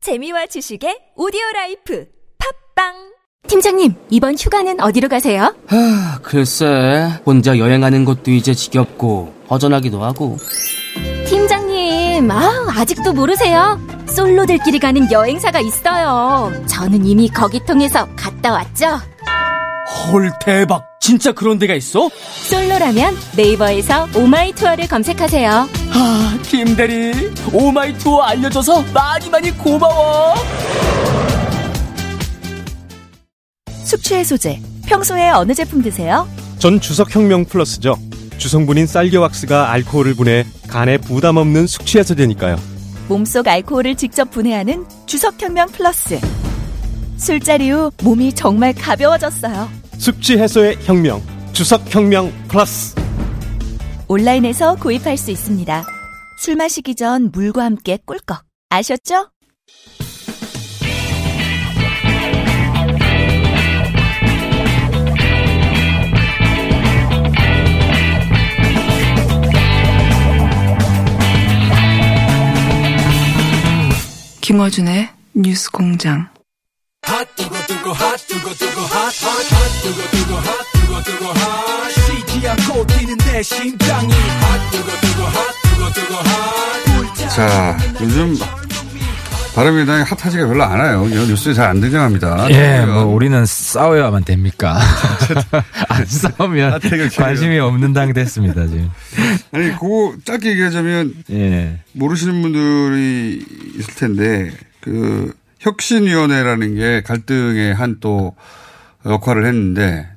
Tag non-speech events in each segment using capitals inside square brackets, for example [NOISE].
재미와 지식의 오디오 라이프 팝빵 팀장님, 이번 휴가는 어디로 가세요? 하, 글쎄, 혼자 여행하는 것도 이제 지겹고, 허전하기도 하고. 팀장님, 아, 아직도 모르세요? 솔로들끼리 가는 여행사가 있어요. 저는 이미 거기 통해서 갔다 왔죠. 헐, 대박! 진짜 그런 데가 있어? 솔로라면 네이버에서 오마이투어를 검색하세요. 하, 아, 김대리, 오마이 투어 알려줘서 많이 많이 고마워! 숙취 해소제 평소에 어느 제품 드세요? 전 주석혁명 플러스죠. 주성분인 쌀겨왁스가 알코올을 분해 간에 부담 없는 숙취해소제니까요. 몸속 알코올을 직접 분해하는 주석혁명 플러스 술자리 후 몸이 정말 가벼워졌어요 숙취해소의 혁명, 주석혁명 플러스. 온라인에서 구입할 수 있습니다 술 마시기 전 물과 함께 꿀꺽 아셨죠? 김어준의 뉴스 공장. 자, 요즘 바른미래당이 핫하지가 별로 않아요. 이런 뉴스에 잘 안 등장합니다. 예, 뭐 우리는 [LAUGHS] 싸워야만 됩니까? 안 싸우면 나태경 씨가요. 관심이 없는 당 됐습니다 지금. 아니, 그거 짧게 얘기하자면 예, 모르시는 분들이 있을 텐데 그 혁신위원회라는 게 갈등의 한 또 역할을 했는데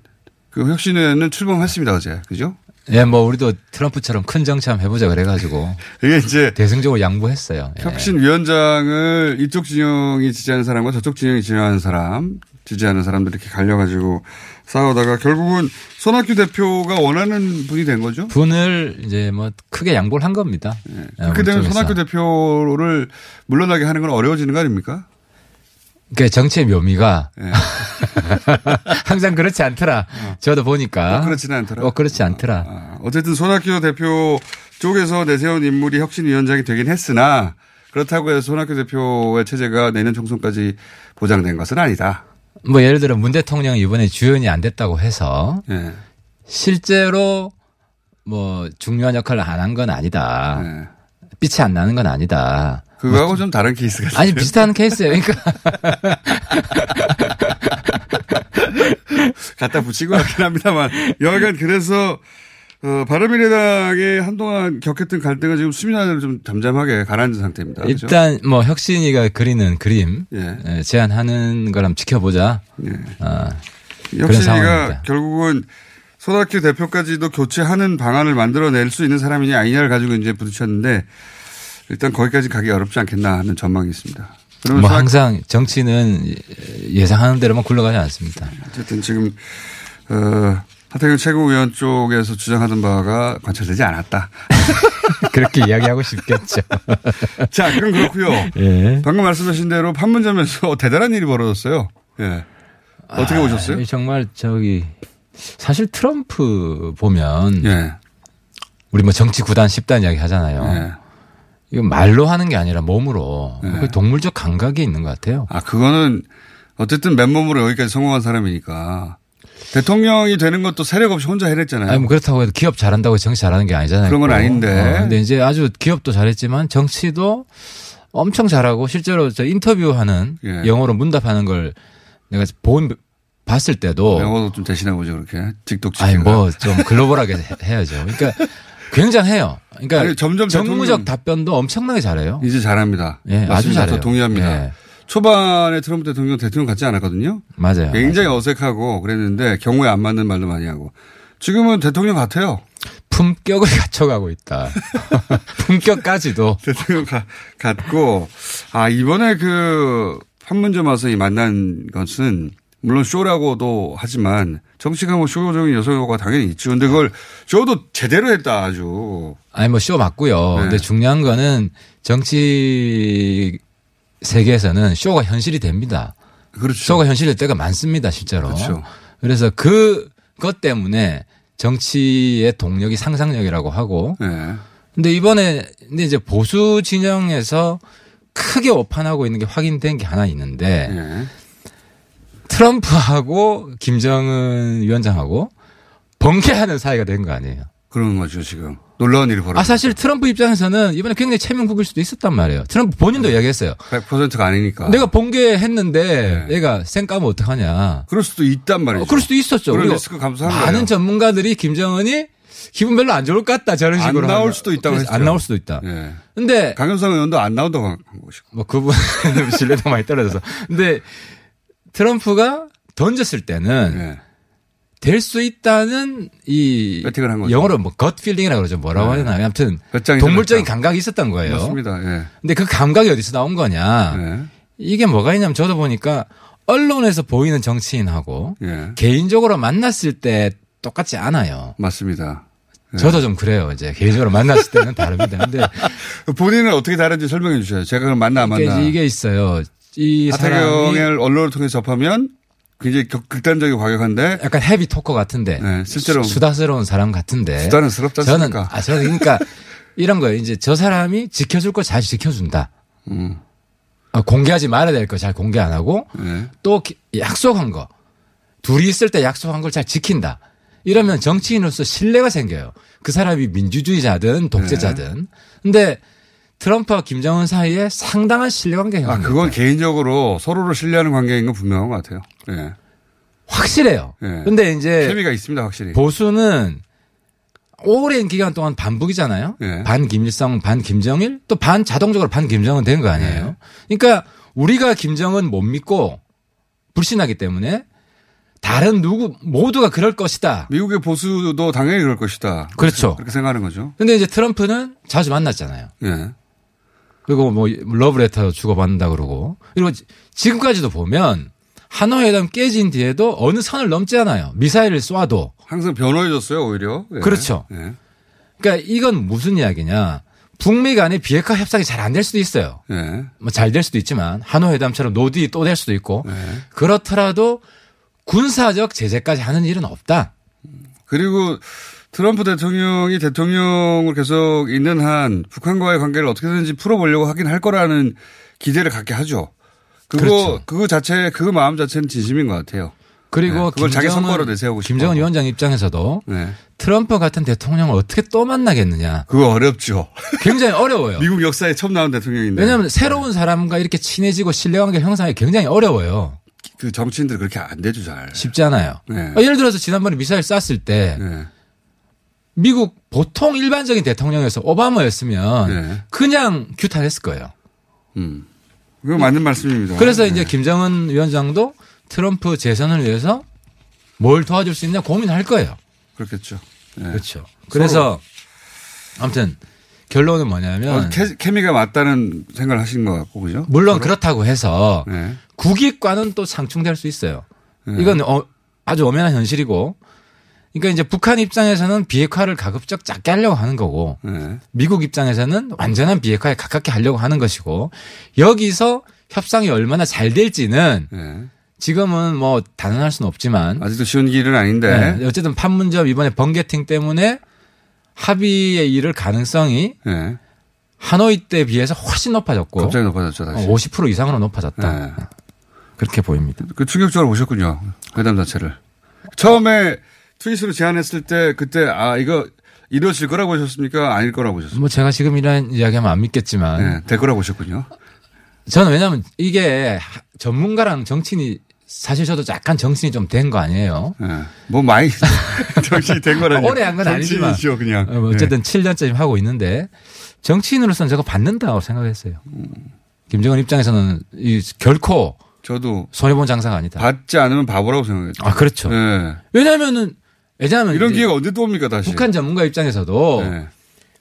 그 혁신위원회는 출범했습니다 어제, 그죠? 예, 뭐 우리도 트럼프처럼 큰 정참 해보자 그래가지고 이게 이제 대승적으로 양보했어요. 예. 혁신위원장을 이쪽 진영이 지지하는 사람과 저쪽 진영이 지지하는 사람, 지지하는 사람들 이렇게 갈려가지고 싸우다가 결국은 손학규 대표가 원하는 분이 된 거죠. 분을 이제 뭐 크게 양보를 한 겁니다. 예, 그렇게 되면 우리 쪽에서. 손학규 대표를 물러나게 하는 건 어려워지는 거 아닙니까? 그러니까 정치의 묘미가 예. [LAUGHS] 항상 그렇지 않더라. 저도 보니까. 꼭뭐 그렇지는 않더라. 꼭 아? 어, 그렇지 않더라. 아, 어쨌든 손학규 대표 쪽에서 내세운 인물이 혁신위원장이 되긴 했으나 그렇다고 해서 손학규 대표의 체제가 내년 총선까지 보장된 것은 아니다. 뭐 예를 들어 문 대통령 이번에 주연이 안 됐다고 해서 예. 실제로 뭐 중요한 역할을 안 한 건 아니다. 예. 빛이 안 나는 건 아니다. 그거하고 좀 다른 케이스 같아요. 아니 비슷한 케이스예요. 그러니까 갖다 붙이고 하긴 합니다만 여하간 그래서 어, 바른미래당의 한동안 겪었던 갈등은 지금 수민아를 좀 잠잠하게 가라앉은 상태입니다. [LAUGHS] 그죠? 일단 뭐 혁신이가 그리는 그림 그렇죠. 예. 예, 제안하는 걸 한번 지켜보자. 아, 혁신이가 상황입니다. 결국은 손학규 대표까지도 교체하는 방안을 만들어낼 수 있는 사람이냐 아니냐를 가지고 이제 부딪혔는데 일단 거기까지 가기 어렵지 않겠나 하는 전망이 있습니다. 그러면 뭐 손학- 항상 정치는 예상하는 대로만 굴러가지 않습니다. 어쨌든 지금 어, 하태경 최고위원 쪽에서 주장하던 바가 관철되지 않았다. 그렇게 [LAUGHS] 이야기하고 싶겠죠. 자, 그럼 그렇고요. [LAUGHS] 예. 방금 말씀하신 대로 판문점에서 [LAUGHS] 대단한 일이 벌어졌어요. 예. 어떻게 오셨어요? 아, 정말 저기 사실 트럼프 보면 예. 우리 뭐 정치 구단 10단 이야기 하잖아요. 예. 이거 말로 하는 게 아니라 몸으로 그 동물적 감각이 있는 것 같아요. 아, 그거는 어쨌든 맨몸으로 여기까지 성공한 사람이니까. 대통령이 되는 것도 세력 없이 혼자 해냈잖아요. 아니 뭐 그렇다고 해도 기업 잘한다고 해서 정치 잘하는 게 아니잖아요. 네. 그런 건 또. 아닌데. 어, 근데 이제 아주 기업도 잘했지만 정치도 엄청 잘하고 실제로 저 인터뷰하는 예. 영어로 문답하는 걸 내가 본 봤을 때도 영어도 좀 대신하고죠, 그렇게. 직독지. 뭐. 아니 뭐 좀 글로벌하게 해- 해야죠. 그러니까 굉장해요. 그러니까 아니, 점점 대통령- 정무적 답변도 엄청나게 잘해요. 이제 잘합니다. 예, 아주 맞습니다. 저 잘해요. 동의합니다. 예. 초반에 트럼프 대통령 대통령 같지 않았거든요. 맞아요. 굉장히 어색하고 그랬는데 경우에 안 맞는 말도 많이 하고. 지금은 대통령 같아요. 품격을 [LAUGHS] 갖춰가고 있다. [LAUGHS] 품격까지도 대통령 가- 같고 아 이번에 그 판문점 와서 이 만난 것은 물론 쇼라고도 하지만 정치가 뭐 쇼적인 요소가 당연히 있죠. 근데 그걸 쇼도 제대로 했다 아주. 아니 뭐 쇼 맞고요. 네. 근데 중요한 거는 정치 세계에서는 쇼가 현실이 됩니다. 그렇죠. 쇼가 현실일 때가 많습니다, 실제로. 그렇죠. 래서 그것 때문에 정치의 동력이 상상력이라고 하고. 예. 근데 이번에 근데 이제 보수 진영에서 크게 오판하고 있는 게 확인된 게 하나 있는데 예. 트럼프하고 김정은 위원장하고 번개하는 사이가 된 거 아니에요. 그런 거죠, 지금. 놀라운 일이 벌어졌어요. 아 사실 트럼프 입장에서는 이번에 굉장히 체면국일 수도 있었단 말이에요. 트럼프 본인도 이야기했어요. 100%가 아니니까. 내가 번개했는데 네. 그러니까. 네. 얘가 생 까면 어떡하냐. 그럴 수도 있단 말이죠. 어, 그럴 수도 있었죠. 그런 그리고 리스크 감수한 거예요. 많은 전문가들이 김정은이 기분 별로 안 좋을 것 같다 저런 안 식으로 나올 하면. 수도 있다고 그래서 안 했죠. 나올 수도 있다. 예. 근데 강현상 의원도 안 나온다고 한 것이고. 뭐 그분 [LAUGHS] 신뢰도 많이 떨어져서. 근데 트럼프가 던졌을 때는 예. 될 수 있다는 이 배팅을 한 거죠. 영어로 뭐겉 필링이라고 그러죠. 뭐라고 네. 하나. 아무튼 배짱이 동물적인 들었다. 감각이 있었던 거예요. 맞습니다. 예. 근데 그 감각이 어디서 나온 거냐? 예. 이게 뭐가 있냐면 저도 보니까 언론에서 보이는 정치인하고 예. 개인적으로 만났을 때 똑같지 않아요. 맞습니다. 예. 저도 좀 그래요. 이제 개인적으로 만났을 때는 다릅니다. 근데 본인은 어떻게 다른지 설명해 주셔요. 제가 그럼 [LAUGHS] 만나 안 만나. 이게, 이게 있어요. 이 사람이 하태경을 아, 언론을 통해 서 접하면 굉장히 격- 극단적인 과격한데 약간 헤비 토커 같은데 네, 실제로 수- 수다스러운 사람 같은데 수다스럽지 저는 않습니까? 아 저는 그러니까 이런 거예요. 이제 저 사람이 지켜줄 걸 잘 지켜준다. 음. 아, 공개하지 말아야 될 거 잘 공개 안 하고 예. 또 기- 약속한 거 둘이 있을 때 약속한 걸 잘 지킨다. 이러면 정치인으로서 신뢰가 생겨요. 그 사람이 민주주의자든 독재자든. 네. 근데 트럼프와 김정은 사이에 상당한 신뢰관계 아, 그건 개인적으로 서로를 신뢰하는 관계인 건 분명한 것 같아요. 예. 확실해요. 네. 근데 이제 재미가 있습니다, 확실히. 예. 보수는 오랜 기간 동안 반북이잖아요. 예. 반 김일성, 반 김정일, 또 반 자동적으로 반 김정은 된 거 아니에요. 그러니까 우리가 김정은 못 믿고 불신하기 때문에 다른 누구 모두가 그럴 것이다. 미국의 보수도 당연히 그럴 것이다. 그렇죠. 그렇게 생각하는 거죠. 근데 이제 트럼프는 자주 만났잖아요. 예. 그리고 뭐 러브레터 주고받는다 그러고 그리고 지- 지금까지도 보면 하노이 회담 깨진 뒤에도 어느 선을 넘지 않아요. 미사일을 쏴도 항상 변호해줬어요, 오히려. 예. 그렇죠. 예. 그러니까 이건 무슨 이야기냐. 북미 간의 비핵화 협상이 잘 안 될 수도 있어요. 예. 뭐 잘 될 수도 있지만 한호 회담처럼 노디 또 될 수도 있고 네. 그렇더라도 군사적 제재까지 하는 일은 없다. 그리고 트럼프 대통령이 대통령을 계속 있는 한 북한과의 관계를 어떻게든지 풀어보려고 하긴 할 거라는 기대를 갖게 하죠. 그거 그렇죠. 그거 자체 그 마음 자체는 진심인 것 같아요. 그리고 네, 그걸 자기 김정은- 성과로 내세우고 싶어. 김정은 위원장 입장에서도 네. 트럼프 같은 대통령을 어떻게 또 만나겠느냐. 그거 어렵죠. [LAUGHS] 굉장히 어려워요. 미국 네. 역사에 처음 나온 대통령인데. 왜냐하면 새로운 사람과 이렇게 친해지고 신뢰관계 형성이 굉장히 어려워요. 그 정치인들 그렇게 안 되죠 잘. 쉽지 않아요. 네. 아, 예를 들어서 지난번에 미사일 쐈을 때 네. 미국 보통 일반적인 대통령에서 오바마였으면 네. 그냥 규탄했을 거예요. 음. 그거 맞는 말씀입니다. 그래서 네. 이제 김정은 위원장도 트럼프 재선을 위해서 뭘 도와줄 수 있냐 고민할 거예요. 그렇겠죠. 네. 그렇죠. 그래서 아무튼 결론은 뭐냐면 어, 캐, 케미가 맞다는 생각을 하신 것 같고 그죠? 물론 그렇다고 해서 네. 국익과는 또 상충될 수 있어요. 네. 이건 어, 아주 엄연한 현실이고 그러니까 이제 북한 입장에서는 비핵화를 가급적 작게 하려고 하는 거고 네. 미국 입장에서는 완전한 비핵화에 가깝게 하려고 하는 것이고 여기서 협상이 얼마나 잘 될지는 네. 지금은 뭐 단언할 수는 없지만 아직도 쉬운 길은 아닌데. 네, 어쨌든 판문점 이번에 번개팅 때문에 합의에 이를 가능성이 예. 하노이 때 비해서 훨씬 높아졌고 갑자기 높아졌죠, 다시. 50% 이상으로 높아졌다 예. 그렇게 보입니다. 그 충격적으로 보셨군요. 회담 자체를. 처음에 트윗으로 제안했을 때 그때 아, 이거 이루어질 거라고 하셨습니까? 아닐 거라고 보셨습니까? 뭐 제가 지금 이런 이야기하면 안 믿겠지만 예, 될 거라고 보셨군요. 저는 왜냐하면 이게 하- 전문가랑 정치인이 사실 저도 약간 정신이 좀 된 거 아니에요. 예. 뭐 [LAUGHS] 많이 정신이 된 거라니. 오래 한건 아니지만. 정치인이죠, 그냥. 어, 뭐 어쨌든 7년째 하고 있는데 정치인으로서는 저거 받는다고 생각했어요. 김정은 입장에서는 이 결코 예. 저도 손해본 장사가 아니다. 받지 않으면 바보라고 생각했죠. 아 그렇죠. 예. 왜냐하면은 왜냐하면 이런 이제 기회가 언제 또 옵니까, 다시? 북한 전문가 입장에서도 예.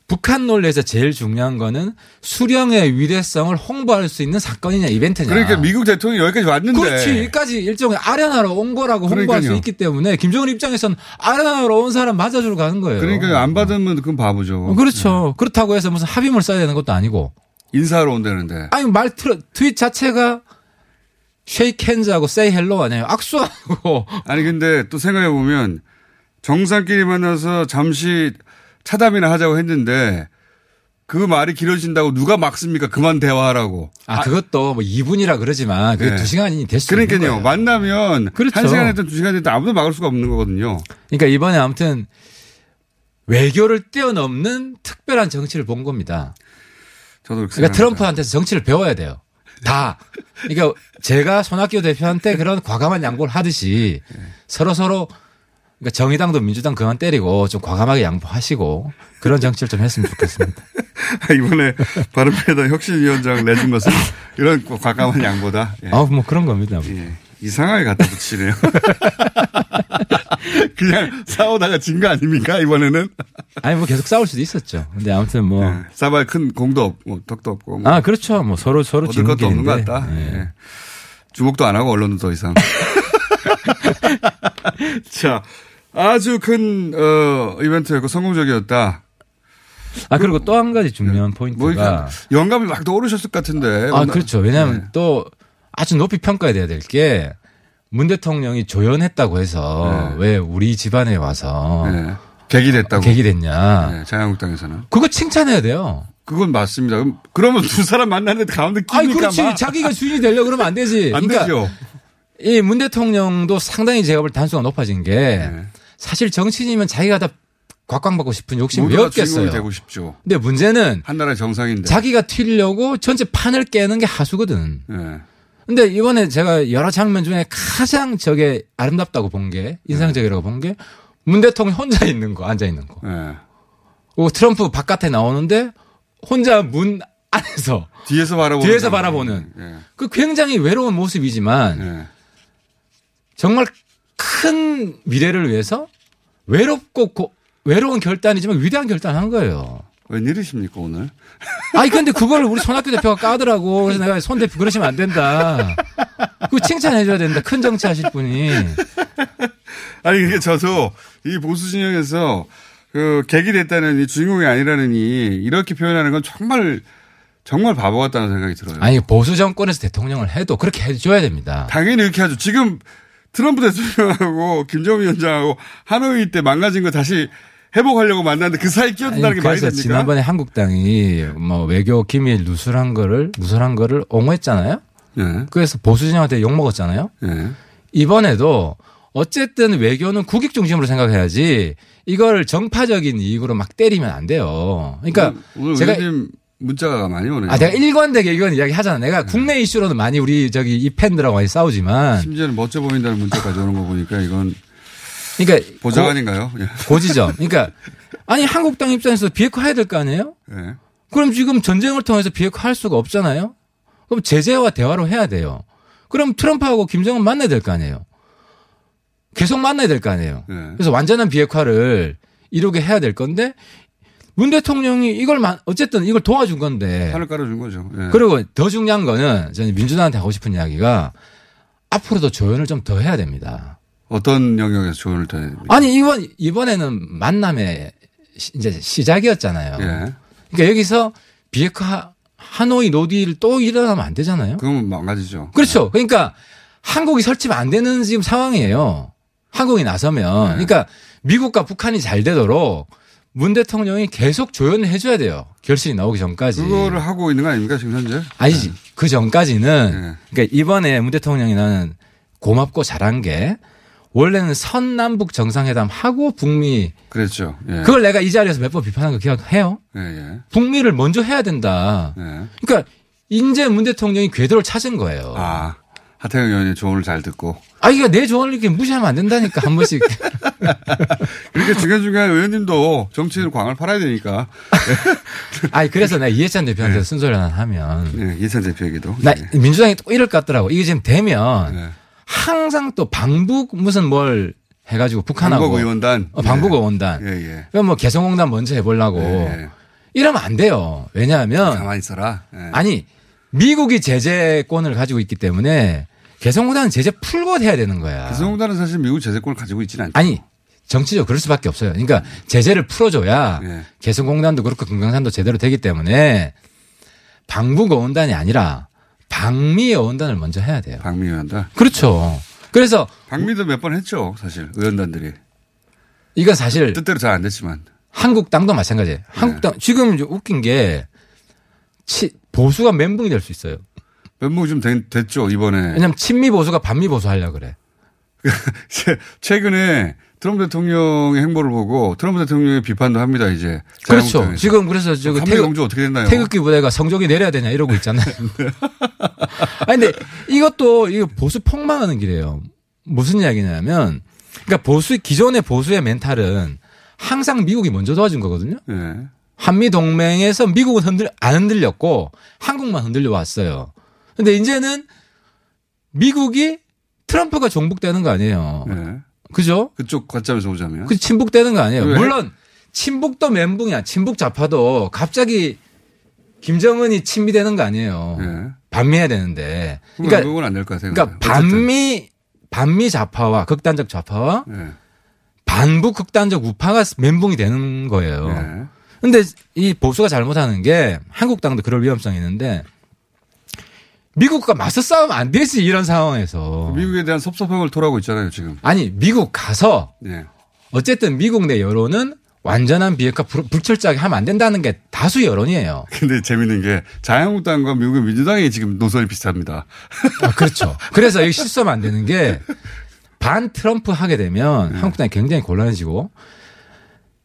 북한 논리에서 제일 중요한 거는 수령의 위대성을 홍보할 수 있는 사건이냐 이벤트냐. 그러니까 미국 대통령이 여기까지 왔는데. 아. 그렇지 여기까지 일종의 아련하러 온 거라고 홍보할 그러니까요. 수 있기 때문에 김정은 입장에서는 아련하러 온 사람 맞아주러 가는 거예요. 그러니까 안 받으면 그건 바보죠. 어, 네. 그렇죠. 그렇다고 해서 무슨 합의문을 써야 되는 것도 아니고. 인사하러 온다는데. 아니 말 트러, 트윗 자체가 쉐이크 핸즈하고 세이 헬로 아니에요. 악수하고 [LAUGHS] 아니 근데 또 생각해 보면 정상끼리 만나서 잠시 차담이나 하자고 했는데 그 말이 길어진다고 누가 막습니까? 그만 대화하라고. 아, 그것도 뭐 2분이라 그러지만 그게 네. 두시간이 될 수 있는 그러니까요. 거예요. 만나면 그렇죠. 한 시간 했든 두 시간 했든 아무도 막을 수가 없는 거거든요. 그러니까 이번에 아무튼 외교를 뛰어넘는 특별한 정치를 본 겁니다. 저도 그렇게 그러니까 생각합니다. [LAUGHS] 트럼프한테서 정치를 배워야 돼요. 다. 그러니까 제가 손학규 대표한테 그런 과감한 양보를 하듯이 서로 서로 그러니까 정의당도 민주당 그만 때리고 좀 과감하게 양보하시고 그런 정치를 좀 했으면 좋겠습니다. 이번에 바른미래당 혁신위원장 내준 것은 이런 과감한 양보다. 예. 아, 뭐 그런 겁니다. 예. 이상하게 갖다 붙이네요. [LAUGHS] 그냥 싸우다가 진 거 아닙니까? 이번에는. 아니 뭐 계속 싸울 수도 있었죠. 근데 아무튼 뭐 예. 싸봐야 큰 공도 없고, 덕도 없고. 뭐 아, 그렇죠. 뭐 서로 서로 얻을 지는 것도 없는 것 길인데. 같다. 예. 예. 주목도 안 하고 언론도 더 [LAUGHS] 이상. 자, 아주 큰, 어, 이벤트였고 성공적이었다. 아 그리고 또 한 가지 중요한 포인트가 뭐, 이렇게 영감이 막 떠오르셨을 것 같은데. 아 오늘- 그렇죠. 왜냐하면 네. 또 아주 높이 평가돼야 될 게 문 대통령이 조연했다고 해서 네. 왜 우리 집안에 와서 예. 계기 됐다고. 계기됐냐. 예, 자유한국당에서는. 그거 칭찬해야 돼요. 그건 맞습니다. 그럼, 그러면 두 사람 만났는데 가운데 끼니까 아니 그렇지. 막 자기가 주인이 되려 고 그러면 안 되지. [LAUGHS] 안 그러니까 되죠. 이 문 대통령도 상당히 제가 볼 때 단수가 높아진 게 네. 사실 정치인이면 자기가 다 곽광받고 싶은 욕심이 왜 모두가 주인공이 없겠어요. 되고 싶죠. 근데 문제는 한 나라의 정상인데. 네. 자기가 튀려고 전체 판을 깨는 게 하수거든. 예. 근데 이번에 제가 여러 장면 중에 가장 저게 아름답다고 본 게, 인상적이라고 본 게 문 대통령 혼자 있는 거, 앉아 있는 거. 예. 그리고 트럼프 바깥에 나오는데 혼자 문 안에서 뒤에서 바라보는. 뒤에서 장면. 바라보는. 예. 그 굉장히 외로운 모습이지만 예. 정말 큰 미래를 위해서 외롭고 고- 외로운 결단이지만 위대한 결단을 한 거예요. 웬일이십니까 오늘? 아니 근데 그걸 우리 손학규 대표가 까더라고. 그래서 내가 손 대표 그러시면 안 된다. 그 칭찬해줘야 된다. 큰 정치하실 분이. 아니 이게 저도 이 보수 진영에서 그 계기 됐다는 이 주인공이 아니라는 이 이렇게 표현하는 건 정말 정말 바보 같다는 생각이 들어요. 아니 보수 정권에서 대통령을 해도 그렇게 해줘야 됩니다. 당연히 이렇게 하죠. 지금 트럼프 대통령하고 김정은 위원장하고 하노이 때 망가진 거 다시 회복하려고 만났는데 그 사이 끼어든다는 아니, 게 말이 그래서 됩니까? 지난번에 한국당이 뭐 외교 기밀 누설한 거를 누설한 거를 옹호했잖아요. 예. 그래서 보수 진영한테 욕 먹었잖아요. 예. 이번에도 어쨌든 외교는 국익 중심으로 생각해야지 이걸 정파적인 이익으로 막 때리면 안 돼요. 그러니까 오늘 제가 의원님 문자가 많이 오네요. 네. 아 내가 일관되게 이건 이야기 하잖아. 내가 국내 이슈로는 많이 우리 저기 이 팬들하고 많이 싸우지만 심지어는 멋져 보인다는 문자까지 오는 거 보니까 이건 그러니까 보좌관인가요? 예. 고, 고지점. 그러니까 아니 한국당 입장에서 비핵화해야 될 거 아니에요? 예. 그럼 지금 전쟁을 통해서 비핵화할 수가 없잖아요. 그럼 제재와 대화로 해야 돼요. 그럼 트럼프하고 김정은 만나야 될 거 아니에요. 계속 만나야 될 거 아니에요. 네. 그래서 완전한 비핵화를 이루게 해야 될 건데 문 대통령이 이걸 만- 어쨌든 이걸 도와준 건데 판을 깔아준 거죠. 예. 그리고 더 중요한 거는 저는 민주당한테 하고 싶은 이야기가 앞으로도 조연을 좀 더 해야 됩니다. 어떤 영역에서 조언을 더 해야 됩니까? 아니 이번 이번에는 만남의 시- 이제 시작이었잖아요. 예. 그러니까 여기서 비핵화 하노이 노딜 또 일어나면 안 되잖아요. 그러면 망가지죠. 그렇죠. 그러니까 한국이 설치면 안 되는 지금 상황이에요. 한국이 나서면. 네. 그러니까 미국과 북한이 잘 되도록 문 대통령이 계속 조연을 해줘야 돼요. 결실이 나오기 전까지. 그거를 하고 있는 거 아닙니까 지금 현재? 아니지. 그 전까지는 네. 그러니까 이번에 문 대통령이 나는 고맙고 잘한 게 원래는 선남북 정상회담 하고 북미 그랬죠. 예. 그걸 내가 이 자리에서 몇 번 비판한 거 기억해요. 예, 예. 북미를 먼저 해야 된다. 예. 그러니까 인제 문 대통령이 궤도를 찾은 거예요. 아, 아, 하태경 의원의 조언을 잘 듣고. 이거 내 조언을 이렇게 무시하면 안 된다니까 [LAUGHS] 한 번씩. 이렇게 중간중간 의원님도 정치인 광을 팔아야 되니까. 아니 그래서 내가 이해찬 네. 대표한테 순서를 하나 하면 예, 예찬 대표에게도. 나 예. 민주당이 또 이럴 것 같더라고. 이게 지금 되면 예. 항상 또 방북 무슨 뭘 해가지고 북한하고 방북 의원단. 어, 방북 예. 의원단. 예, 예. 그럼 뭐 개성공단 먼저 해보려고 예. 이러면 안 돼요. 왜냐하면 가만히 있어라. 예. 아니 미국이 제재권을 가지고 있기 때문에 개성공단은 제재 풀고 해야 되는 거야. 개성공단은 사실 미국 제재권을 가지고 있지는 않죠. 아니 정치적 그럴 수밖에 없어요. 그러니까 제재를 풀어줘야 예. 개성공단도 그렇고 금강산도 제대로 되기 때문에 방북 어원단이 아니라 방미 어원단을 먼저 해야 돼요. 방미 의원단. 그렇죠. 그래서 방미도 몇 번 했죠, 사실 의원단들이 이건 사실 뜻대로 잘 안 됐지만. 한국당도 네. 마찬가지예요. 한국당 지금 이제 웃긴 게 치- 보수가 멘붕이 될 수 있어요. 면목이 좀 된- 됐죠, 이번에. 왜냐면 친미 보수가 반미 보수 하려 그래. [LAUGHS] 이제 최근에 트럼프 대통령의 행보를 보고 트럼프 대통령의 비판도 합니다, 이제. 그렇죠. 자유한국당에서. 지금 그래서 저거 한미 태극, 공조 어떻게 됐나요? 네. 태극기 부대가 성적이 내려야 되냐 이러고 있잖아요. [LAUGHS] [LAUGHS] 아니 근데 이것도 이거 보수 폭망하는 길이에요. 무슨 이야기냐면 그러니까 보수 기존의 보수의 멘탈은 항상 미국이 먼저 도와준 거거든요. 예. 한미 동맹에서 미국은 흔들 안 흔들렸고 한국만 흔들려 왔어요. 근데 이제는 미국이 트럼프가 종북되는 거 아니에요. 예. 그죠? 그쪽 관점에서 보자면. 그 침북되는 거 아니에요. 왜? 물론 침북도 멘붕이야. 침북 좌파도 갑자기 김정은이 친미되는 거 아니에요. 예. 반미해야 되는데. 그러니까 그러니까 그건 안 될 것 같아요. 그러니까 어쨌든. 반미 반미 좌파와 극단적 좌파와 예. 반북 극단적 우파가 멘붕이 되는 거예요. 예. 근데 이 보수가 잘못하는 게 한국당도 그럴 위험성이 있는데 미국과 맞서 싸우면 안 되지 이런 상황에서 미국에 대한 섭섭함을 토하고 있잖아요, 지금. 아니 미국 가서 예. 어쨌든 미국 내 여론은 완전한 비핵화 불- 불철저하게 하면 안 된다는 게 다수 여론이에요. 근데 재밌는 게 자유한국당과 미국의 민주당이 지금 노선이 비슷합니다. 아, 그렇죠. 그래서 이 실수하면 안 되는 게 반 트럼프 하게 되면 한국당이 굉장히 곤란해지고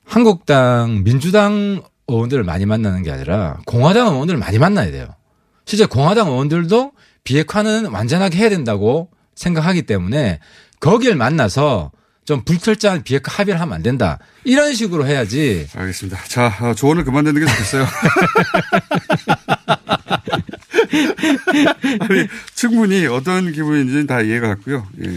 한국당 민주당 의원들을 많이 만나는 게 아니라 공화당 의원들을 많이 만나야 돼요. 실제 공화당 의원들도 비핵화는 완전하게 해야 된다고 생각하기 때문에 거길 만나서 좀 불철저한 비핵화 합의를 하면 안 된다. 이런 식으로 해야지 알겠습니다. 자, 어, 조언을 그만 듣는 게 좋겠어요. [LAUGHS] 아니, 충분히 어떤 기분인지는 다 이해가 갔고요. 예.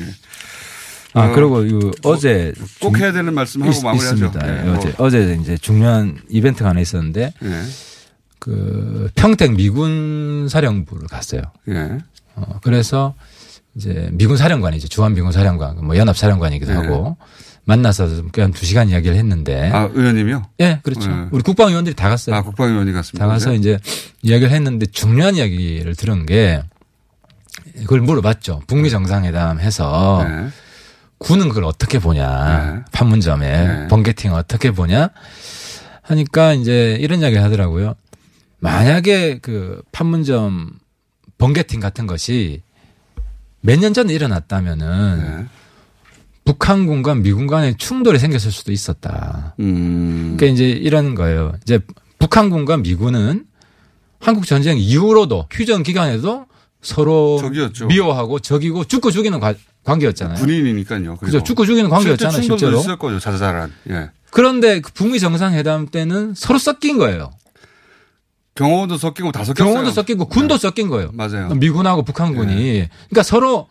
아, 그리고 이 어제 꼭 중- 해야 되는 말씀하고 있- 마무리하죠. 있습니다. 예, 예, 뭐, 어제 어제 이제 중요한 이벤트가 하나 있었는데 예. 그 평택 미군 사령부를 갔어요. 예. 어, 그래서 이제 미군 사령관이죠. 주한 미군 사령관, 뭐 연합 사령관이기도 네. 하고 만나서 꽤한두 시간 이야기를 했는데 아, 의원님이요? 예, 그렇죠. 네. 우리 국방 의원들이 다 갔어요. 아, 국방위원이 갔습니다. 다 가서 이제 이야기를 했는데 중요한 이야기를 들은 게 그걸 물어봤죠. 북미 정상회담 해서 예. 군은 그걸 어떻게 보냐. 네. 판문점에 네. 번개팅 어떻게 보냐. 하니까 이제 이런 이야기를 하더라고요. 만약에 그 판문점 번개팅 같은 것이 몇 년 전에 일어났다면은 예. 북한군과 미군 간의 충돌이 생겼을 수도 있었다. 음. 그러니까 이제 이런 거예요. 이제 북한군과 미군은 한국 전쟁 이후로도 휴전 기간에도 서로 적이었죠. 미워하고 적이고 죽고 죽이는 관- 관계였잖아요. 군인이니까요. 그죠. 죽고 죽이는 관계였잖아요, 실제 충돌도 실제로. 있을 거죠, 자잘한. 예. 그런데 그 북미 정상회담 때는 서로 섞인 거예요. 경호원도 섞이고 다 섞였어요. 네. 경호도 섞이고 음. 군도 섞인 거예요. 맞아요. 네. 미군하고 북한군이. 그러니까 서로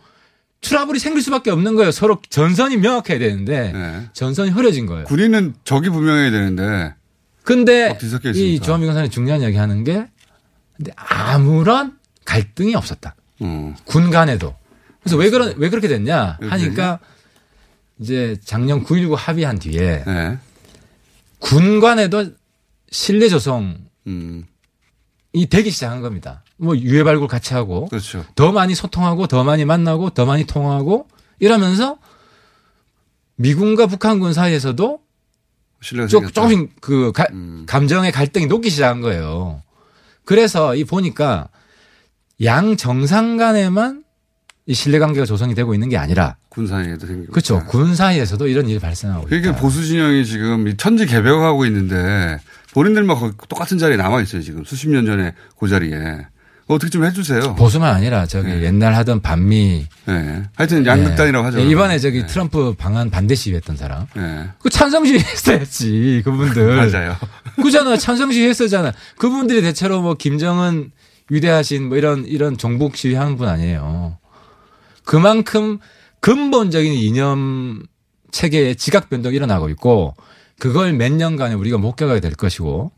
트러블이 생길 수밖에 없는 거예요. 서로 전선이 명확해야 되는데 예. 전선이 흐려진 거예요. 군인은 적이 분명해야 되는데 근데 막 뒤섞여 이 있으니까. 조한미 간사님 중요한 이야기 하는 게 근데 아무런 갈등이 없었다. 음. 군 간에도. 그래서 왜 그런 왜 그렇게 됐냐 하니까 이제 작년 9.19 합의한 뒤에 예. 군 간에도 신뢰 조성 음. 이 되기 시작한 겁니다. 뭐 유해 발굴 같이 하고 그렇죠. 더 많이 소통하고 더 많이 만나고 더 많이 통화하고 이러면서 미군과 북한군 사이에서도 신뢰가 조, 생겼다. 조금씩 그 가- 그렇죠, 음. 감정의 갈등이 녹기 시작한 거예요. 그래서 이 보니까 양 정상 간에만 이 신뢰 관계가 조성이 되고 있는 게 아니라 군사에도 생기고. 네. 그렇죠 군 사이에서도 이런 일이 발생하고 그러니까 있다. 보수 진영이 지금 이 천지 개벽하고 있는데 본인들만 거의 똑같은 자리에 남아 있어요 지금 수십 년 전에 그 자리에 어떻게 좀 해주세요. 보수만 아니라 저기 옛날 하던 반미 예. 하여튼 네. 양극단이라고 하죠. 네. 예, 이번에 저기 트럼프 방한 반대 시위했던 사람 예. 그 찬성시 했어야지 [LAUGHS] 그분들 맞아요. 그잖아 찬성시 했었잖아 그분들이 대체로 뭐 김정은 위대하신 뭐 이런 이런 정복 시위 하는 분 아니에요 그만큼 근본적인 이념 체계의 지각 변동이 일어나고 있고 그걸 몇 년간에 우리가 목격하게 될 것이고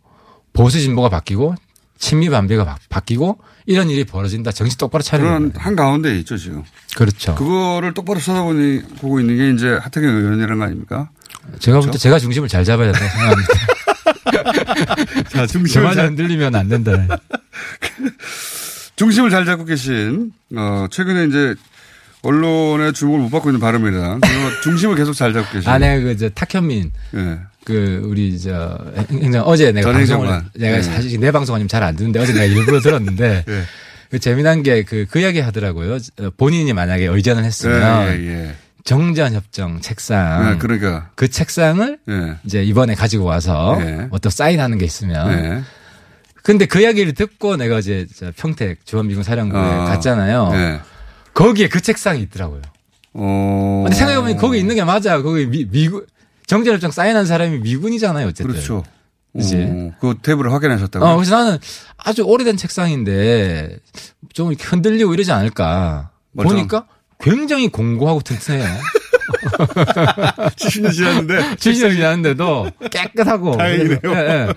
보수 진보가 바뀌고 친미 반비가 바- 바뀌고 이런 일이 벌어진다 정신 똑바로 차리는 그런 거예요. 한 가운데 있죠 지금. 그렇죠 그거를 똑바로 쳐다보니 보고 있는 게 이제 하태경 의원이라는 거 아닙니까? 제가 그렇죠. 볼 때 제가 중심을 잘 잡아야 된다고 [LAUGHS] 생각합니다 자 저만 흔들리면 안 된다 중심을 잘 잡고 계신 어 최근에 이제 언론의 주목을 못 받고 있는 바람이랑 [LAUGHS] 중심을 계속 잘 잡고 계신. 네. 아, 내가 그, 저, 탁현민, 예. 그 우리 저 행정 어제 내가 전 방송을 행정관. 내가 예. 사실 내 방송은 좀 잘 안 듣는데 어제 내가 일부러 [LAUGHS] 들었는데 예. 그 재미난 게 그 그 이야기 하더라고요. 어, 본인이 만약에 의전을 했으면 예, 예. 정전 협정 책상 예, 그러니까. 그 책상을 예. 이제 이번에 가지고 와서 예. 어떤 사인하는 게 있으면 예. 근데 그 이야기를 듣고 내가 이제 저 평택 주한미군 사령부에 아, 갔잖아요. 예. 거기에 그 책상이 있더라고요. 어. 근데 생각해보면 거기 있는 게 맞아. 거기 미, 미군 정전협정 사인한 사람이 미군이잖아요. 어쨌든. 그렇죠. 그치? 어, 그 탭을 확인하셨다고. 어, 그래서 나는 아주 오래된 책상인데 좀 이렇게 흔들리고 이러지 않을까. 멀쩡. 보니까 굉장히 공고하고 [LAUGHS] 튼튼해요. 70년 [LAUGHS] 지났는데. 70년이 지났는데도 깨끗하고. 다행이네요. 예, 예.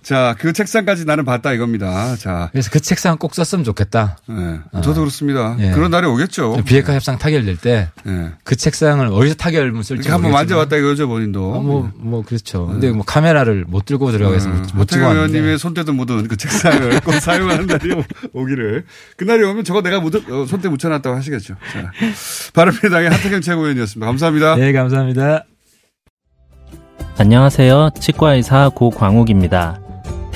자, 그 책상까지 나는 봤다 이겁니다. 자. 그래서 그 책상 꼭 썼으면 좋겠다. 예. 저도 그렇습니다. 예. 그런 날이 오겠죠. 비핵화 협상 타결될 때 그 예. 책상을 어디서 타결문 쓸지 이렇게 한번 네. 모르겠지만 만져봤다 이거죠, 본인도. 어, 뭐, 뭐, 그렇죠. 근데 뭐 카메라를 못 들고 들어가서 음, 못, 못 찍어 하태경 왔는데. 의원님의 손때도 묻은 그 책상을 [LAUGHS] 꼭 사용하는 날이 오- 오기를. 그날이 오면 저거 내가 묻은, 어, 손때 묻혀놨다고 하시겠죠. 자. 바른미래당의 하태경 최고위원이었습니다. 감사합니다. 네, 감사합니다. 안녕하세요. 치과의사 고광욱입니다.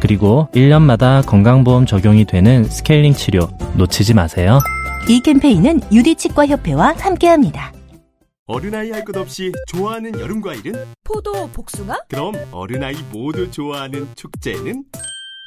그리고 1년마다 건강보험 적용이 되는 스케일링 치료 놓치지 마세요. 이 캠페인은 유디치과협회와 함께합니다. 어른아이 할 것 없이 좋아하는 여름 과일은? 포도, 복숭아, 그럼 어른아이 모두 좋아하는 축제는?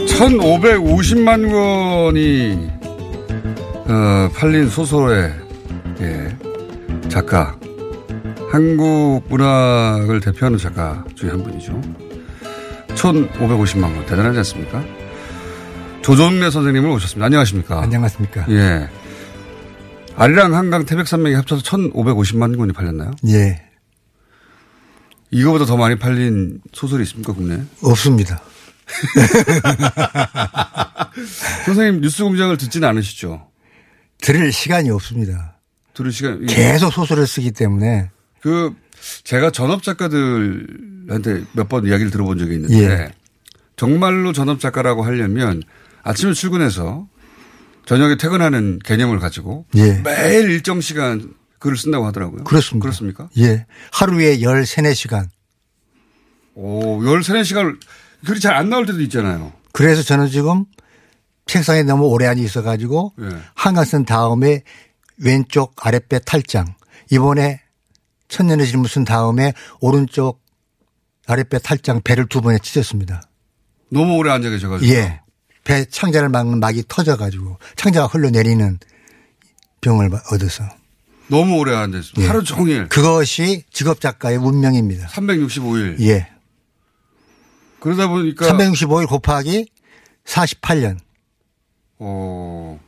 네. 천오백오십만 권이 어, 팔린 소설의 예, 작가 한국 문학을 대표하는 작가 중에 한 분이죠. 천오백오십만 권 대단하지 않습니까? 조종래 선생님을 오셨습니다. 안녕하십니까? 안녕하십니까. 예. 아리랑 한강 태백산맥이 합쳐서 천오백오십만 권이 팔렸나요? 예, 이거보다 더 많이 팔린 소설이 있습니까 국내? 없습니다. 선생님 뉴스공장을 듣진 않으시죠? 들을 시간이 없습니다. 들을 시간 예. 계속 소설을 쓰기 때문에 그 제가 전업 작가들한테 몇 번 이야기를 들어본 적이 있는데 예. 정말로 전업 작가라고 하려면 아침에 출근해서 저녁에 퇴근하는 개념을 가지고 예. 매일 일정 시간 글을 쓴다고 하더라고요. 그렇습니다. 그렇습니까? 예, 하루에 13, 4시간. 오, 13, 14시간 글이 잘 안 나올 때도 있잖아요. 그래서 저는 지금 책상에 너무 오래 앉아 있어 가지고 예. 한강 쓴 다음에 왼쪽 아랫배 탈장. 이번에 천년의 질문 쓴 다음에 오른쪽 아랫배 탈장 배를 두 번에 찢었습니다. 너무 오래 앉아 계셔 가지고. 예. 배 창자를 막는 막이 터져 가지고 창자가 흘러내리는 병을 얻어서 예. 너무 오래 앉아 예. 있어요. 하루 종일 그것이 직업 작가의 운명입니다. 365일. 예. 그러다 보니까 365일 곱하기 48년. 어.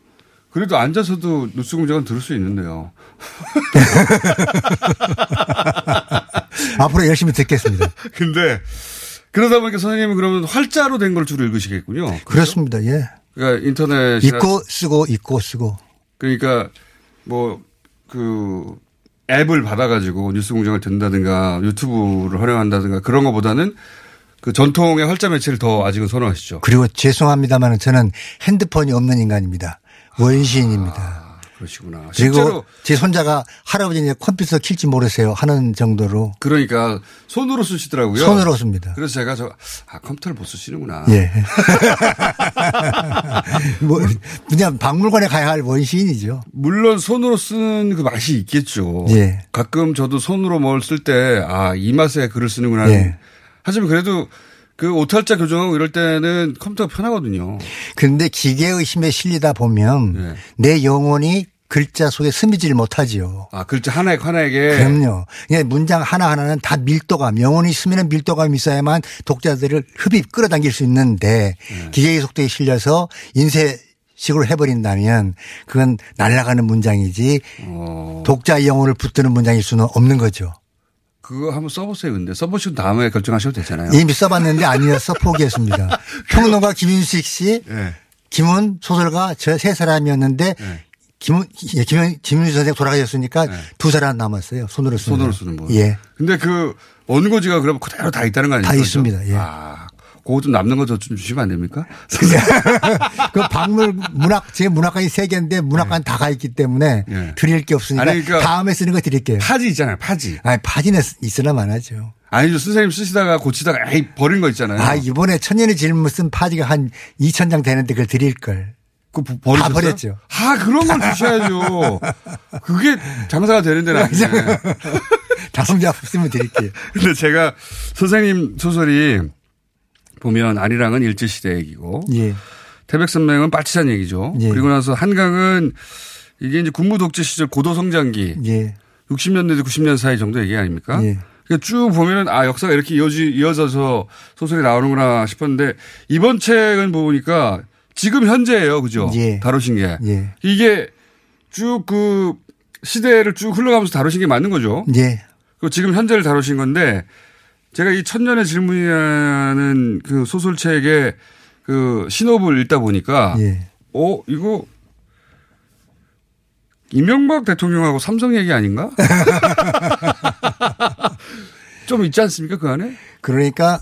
그래도 앉아서도 뉴스 공장은 들을 수 있는데요. [LAUGHS] 앞으로 [LAUGHS] 열심히 듣겠습니다. 근데 그러다 보니까 선생님은 그러면 활자로 된 걸 주로 읽으시겠군요. 그렇습니다. 예. 그러니까 인터넷 읽고 쓰고 읽고 쓰고. 그러니까 뭐 그 앱을 받아가지고 뉴스 공장을 듣는다든가 유튜브를 활용한다든가 그런 것보다는 그 전통의 활자 매체를 더 아직은 선호하시죠. 그리고 죄송합니다만 저는 핸드폰이 없는 인간입니다. 원시인입니다. 그러시구나. 아, 실제로 그리고 제 손자가 할아버지는 컴퓨터 킬지 모르세요 하는 정도로 그러니까 손으로 쓰시더라고요. 손으로 씁니다. 그래서 제가 저, 아, 컴퓨터를 못 쓰시는구나. 예. [LAUGHS] 뭐 그냥 박물관에 가야 할 원시인이죠. 물론 손으로 쓰는 그 맛이 있겠죠. 예. 가끔 저도 손으로 뭘 쓸 때 아, 이 맛에 글을 쓰는구나. 예. 하지만 그래도 그 오탈자 교정하고 이럴 때는 컴퓨터가 편하거든요. 그런데 기계의 힘에 실리다 네. 보면 내 영혼이 글자 속에 스미질 못하지요. 아, 글자 하나에 하나에게 그럼요. 그냥 문장 하나하나는 다 밀도감, 영혼이 스미는 밀도감이 있어야만 독자들을 흡입 끌어당길 수 있는데 예. 기계의 속도에 실려서 인쇄식으로 해버린다면 그건 날아가는 문장이지 어, 뭐. 독자의 영혼을 붙드는 문장일 수는 없는 거죠. 그거 한번 써보세요. 근데 써보시고 다음에 결정하셔도 되잖아요. 이미 써봤는데 아니어서 포기했습니다. [LAUGHS] 평론가 김윤식 씨, 예. 김훈 소설가 저 세 사람이었는데 김훈, 예, 김 김윤식 선생 돌아가셨으니까 두 사람 남았어요. 손으로 쓰는. 예. 손으로 쓰는 분. 예. 근데 그 원고지가 그럼 그대로 다 있다는 거 아닙니까? 다 있습니다. 예. 아, 그거 좀 남는 거 좀 주시면 안 됩니까? [LAUGHS] 그 박물 문학 제 문학관이 세 개인데 문학관 다 가 있기 때문에 예. 드릴 게 없으니까 아니, 그러니까 다음에 쓰는 거 드릴게요. 파지 있잖아요. 파지. 아니 파지는 있으나 마나죠. 아니죠. 선생님 쓰시다가 고치다가 에이 버린 거 있잖아요. 아 이번에 천년의 질문 쓴 파지가 한 2천 장 되는데 그걸 드릴 걸. 그 버리셨어요? 다 버렸죠. 아, 그런 걸 주셔야죠. 그게 장사가 되는 데는 아니네. [LAUGHS] 다성자 쓰면 드릴게요. 근데 제가 선생님 소설이 보면 아리랑은 일제시대 얘기고 예. 태백산맥은 빠치산 얘기죠. 예. 그리고 나서 한강은 이게 이제 군부 독재 시절 고도 성장기 예. 60년대 90년 사이 정도 얘기 아닙니까? 예. 그러니까 쭉 보면은 아 역사가 이렇게 이어지 이어져서 소설이 나오는구나 싶었는데 이번 책은 보니까 지금 현재예요, 그죠? 예. 다루신 게 예. 이게 쭉 그 시대를 쭉 흘러가면서 다루신 게 맞는 거죠? 예. 그리고 지금 현재를 다루신 건데 제가 이 천년의 질문이라는 그 소설책의 그 신호를 읽다 보니까 예. 어 이거 이명박 대통령하고 삼성 얘기 [LAUGHS] 아닌가? 좀 있지 않습니까 그 안에? 그러니까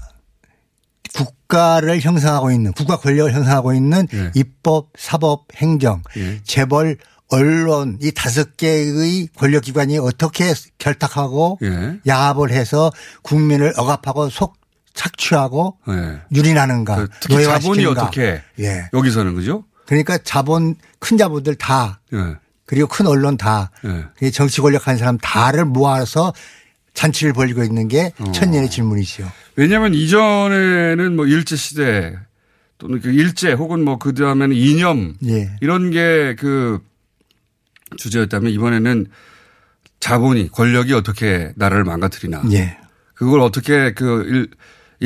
국가를 형성하고 있는 국가 권력을 형성하고 있는 예. 입법, 사법, 행정, 예. 재벌, 언론 이 다섯 개의 권력기관이 어떻게 결탁하고 예. 야합을 해서 국민을 억압하고 속 착취하고 예. 유린하는가 그 특히 자본이 아, 노예화시키는가. 어떻게 예. 여기서는 그죠? 그러니까 자본 큰 자본들 다 예. 그리고 큰 언론 다 예. 그 정치 권력하는 사람 다를 모아서 잔치를 벌이고 있는 게 어. 천년의 질문이지요. 왜냐하면 이전에는 뭐 일제 시대 또는 그 일제 혹은 뭐 그 다음에는 이념 예. 이런 게 그 주제였다면 이번에는 자본이 권력이 어떻게 나라를 망가뜨리나 예. 그걸 어떻게 그 일,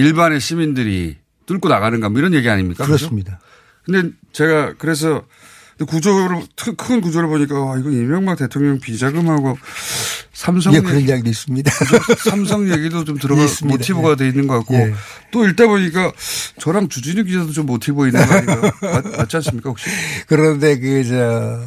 일반의 시민들이 뚫고 나가는가 뭐 이런 얘기 아닙니까? 그죠? 그렇습니다. 근데 제가 그래서 구조를 큰- 큰 구조를 보니까 와 이거 이명박 대통령 비자금하고 삼성 예, 얘기- 그런 이야기도 있습니다. 삼성 얘기도 좀 들어가 있습니다. 모티브가 예. 돼 있는 것 같고 예. 또 읽다 보니까 저랑 주진우 기자도 좀 모티브 있는 거 아닌가 맞- 맞지 않습니까 혹시? [LAUGHS] 그런데 그저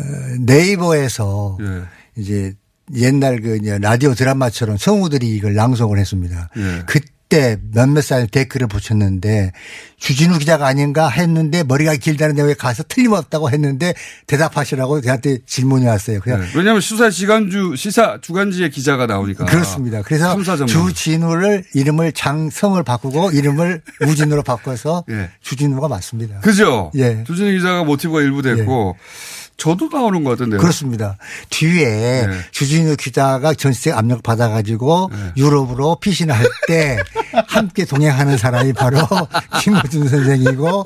어, 네이버에서 예. 이제 옛날 그 이제 라디오 드라마처럼 성우들이 이걸 낭송을 했습니다. 예. 그때 몇몇 사람이 댓글을 붙였는데 주진우 기자가 아닌가 했는데 머리가 길다는데 왜 가서 틀림없다고 했는데 대답하시라고 저한테 질문이 왔어요. 그냥 네. 왜냐하면 수사 시간주 시사 주간지의 기자가 나오니까 그렇습니다. 그래서 그러니까 탐사 전문. 주진우를 이름을 장성을 바꾸고 이름을 우진우로 바꿔서 예. 주진우가 맞습니다. 그죠? 예. 주진우 기자가 모티브가 일부 됐고 저도 나오는 것 같은데요. 그렇습니다. 뒤에 네. 주진우 기자가 전세 압력 받아가지고 네. 유럽으로 피신을 할 때 함께 동행하는 사람이 [LAUGHS] 바로 김호준 선생이고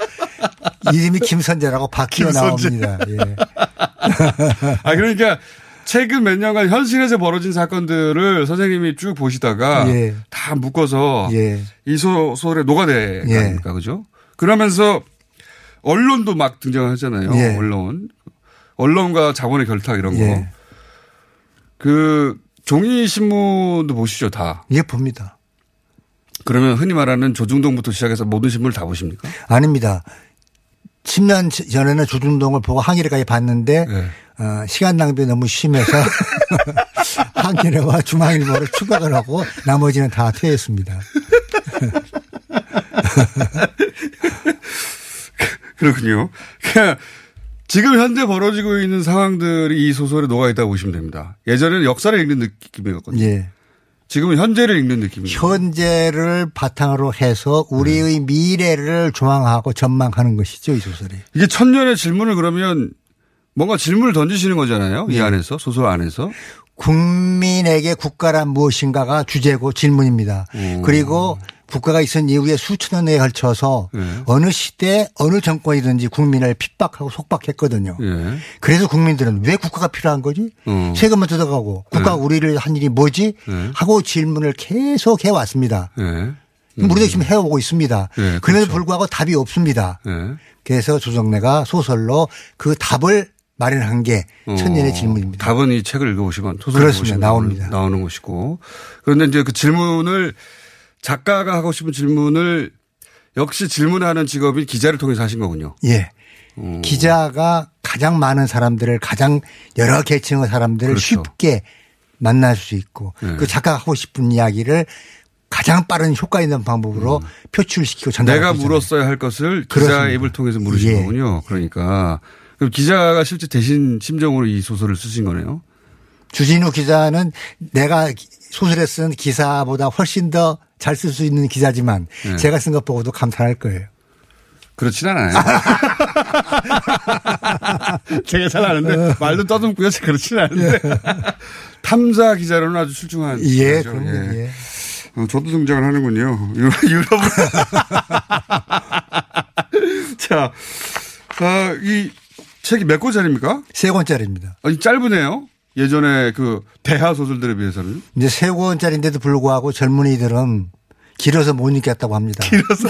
이름이 김선재라고 바뀌어 김선재. 나옵니다. 예. 아 그러니까 최근 몇 년간 현실에서 벌어진 사건들을 선생님이 쭉 보시다가 예. 다 묶어서 예. 이 소설에 녹아내 예. 아닙니까 그죠? 그러면서 언론도 막 등장하잖아요. 예. 언론 언론과 자본의 결탁 이런 예. 거 그 종이 신문도 보시죠 다. 예, 봅니다. 그러면 흔히 말하는 조중동부터 시작해서 모든 신문을 다 보십니까? 아닙니다. 10년 전에는 조중동을 보고 항일까지 봤는데 예. 어, 시간 낭비 너무 심해서 [LAUGHS] 항일과 중앙일보를 추각을 하고 나머지는 다 퇴했습니다. 그렇군요. 그러니까 지금 현재 벌어지고 있는 상황들이 이 소설에 녹아 있다고 보시면 됩니다. 예전에는 역사를 읽는 느낌이었거든요. 예. 지금은 현재를 읽는 느낌이에요. 현재를 바탕으로 해서 우리의 음. 미래를 조망하고 전망하는 것이죠 이 소설이. 이게 천년의 질문을 그러면 뭔가 질문을 던지시는 거잖아요. 네. 이 안에서 소설 안에서 국민에게 국가란 무엇인가가 주제고 질문입니다. 그리고 국가가 있은 이후에 수천 년에 걸쳐서 예. 어느 시대 어느 정권이든지 국민을 핍박하고 속박했거든요. 예. 그래서 국민들은 왜 국가가 필요한 거지? 어. 세금을 뜯어가고 국가가 우리를 한 일이 뭐지? 예. 하고 질문을 계속 해왔습니다. 예. 우리도 지금 해오고 있습니다. 예, 그럼에도 불구하고 답이 없습니다. 예. 그래서 조정래가 소설로 그 답을 마련한 게 천년의 어, 질문입니다. 답은 이 책을 읽어보시면 소설을 그렇습니다. 보시면 나옵니다. 나오는 것이고 그런데 이제 그 질문을 작가가 하고 싶은 질문을 역시 질문하는 직업이 기자를 통해서 하신 거군요. 예. 음. 기자가 가장 많은 사람들을 가장 여러 계층의 사람들을 그렇죠. 쉽게 만날 수 있고 예. 그 작가가 하고 싶은 이야기를 가장 빠른 효과 있는 방법으로 표출시키고 음. 전달하고 내가 있잖아요. 물었어야 할 것을 그렇습니다. 기자의 입을 통해서 물으신 예. 거군요. 그러니까 그럼 기자가 실제 대신 심정으로 이 소설을 쓰신 거네요. 주진우 기자는 내가 소설에 쓴 기사보다 훨씬 더 잘 쓸 수 있는 기자지만 예. 제가 쓴 것 보고도 감탄할 거예요. 그렇진 [LAUGHS] 않아요. 제가 잘 아는데 말도 떠듬고요. 그렇진 않은데 탐사 기자로는 아주 출중한 예, 기자죠. 그렇죠. 그럼요. 예. 어, 저도 등장을 하는군요. 유럽, 유럽. [LAUGHS] 자, 아, 이 책이 몇 권짜리입니까? 세 권짜리입니다. 아니, 짧으네요. 예전에 그 대하 소설들에 비해서는. 이제 세 권짜리인데도 불구하고 젊은이들은 길어서 못 읽겠다고 합니다. [LAUGHS] 길어서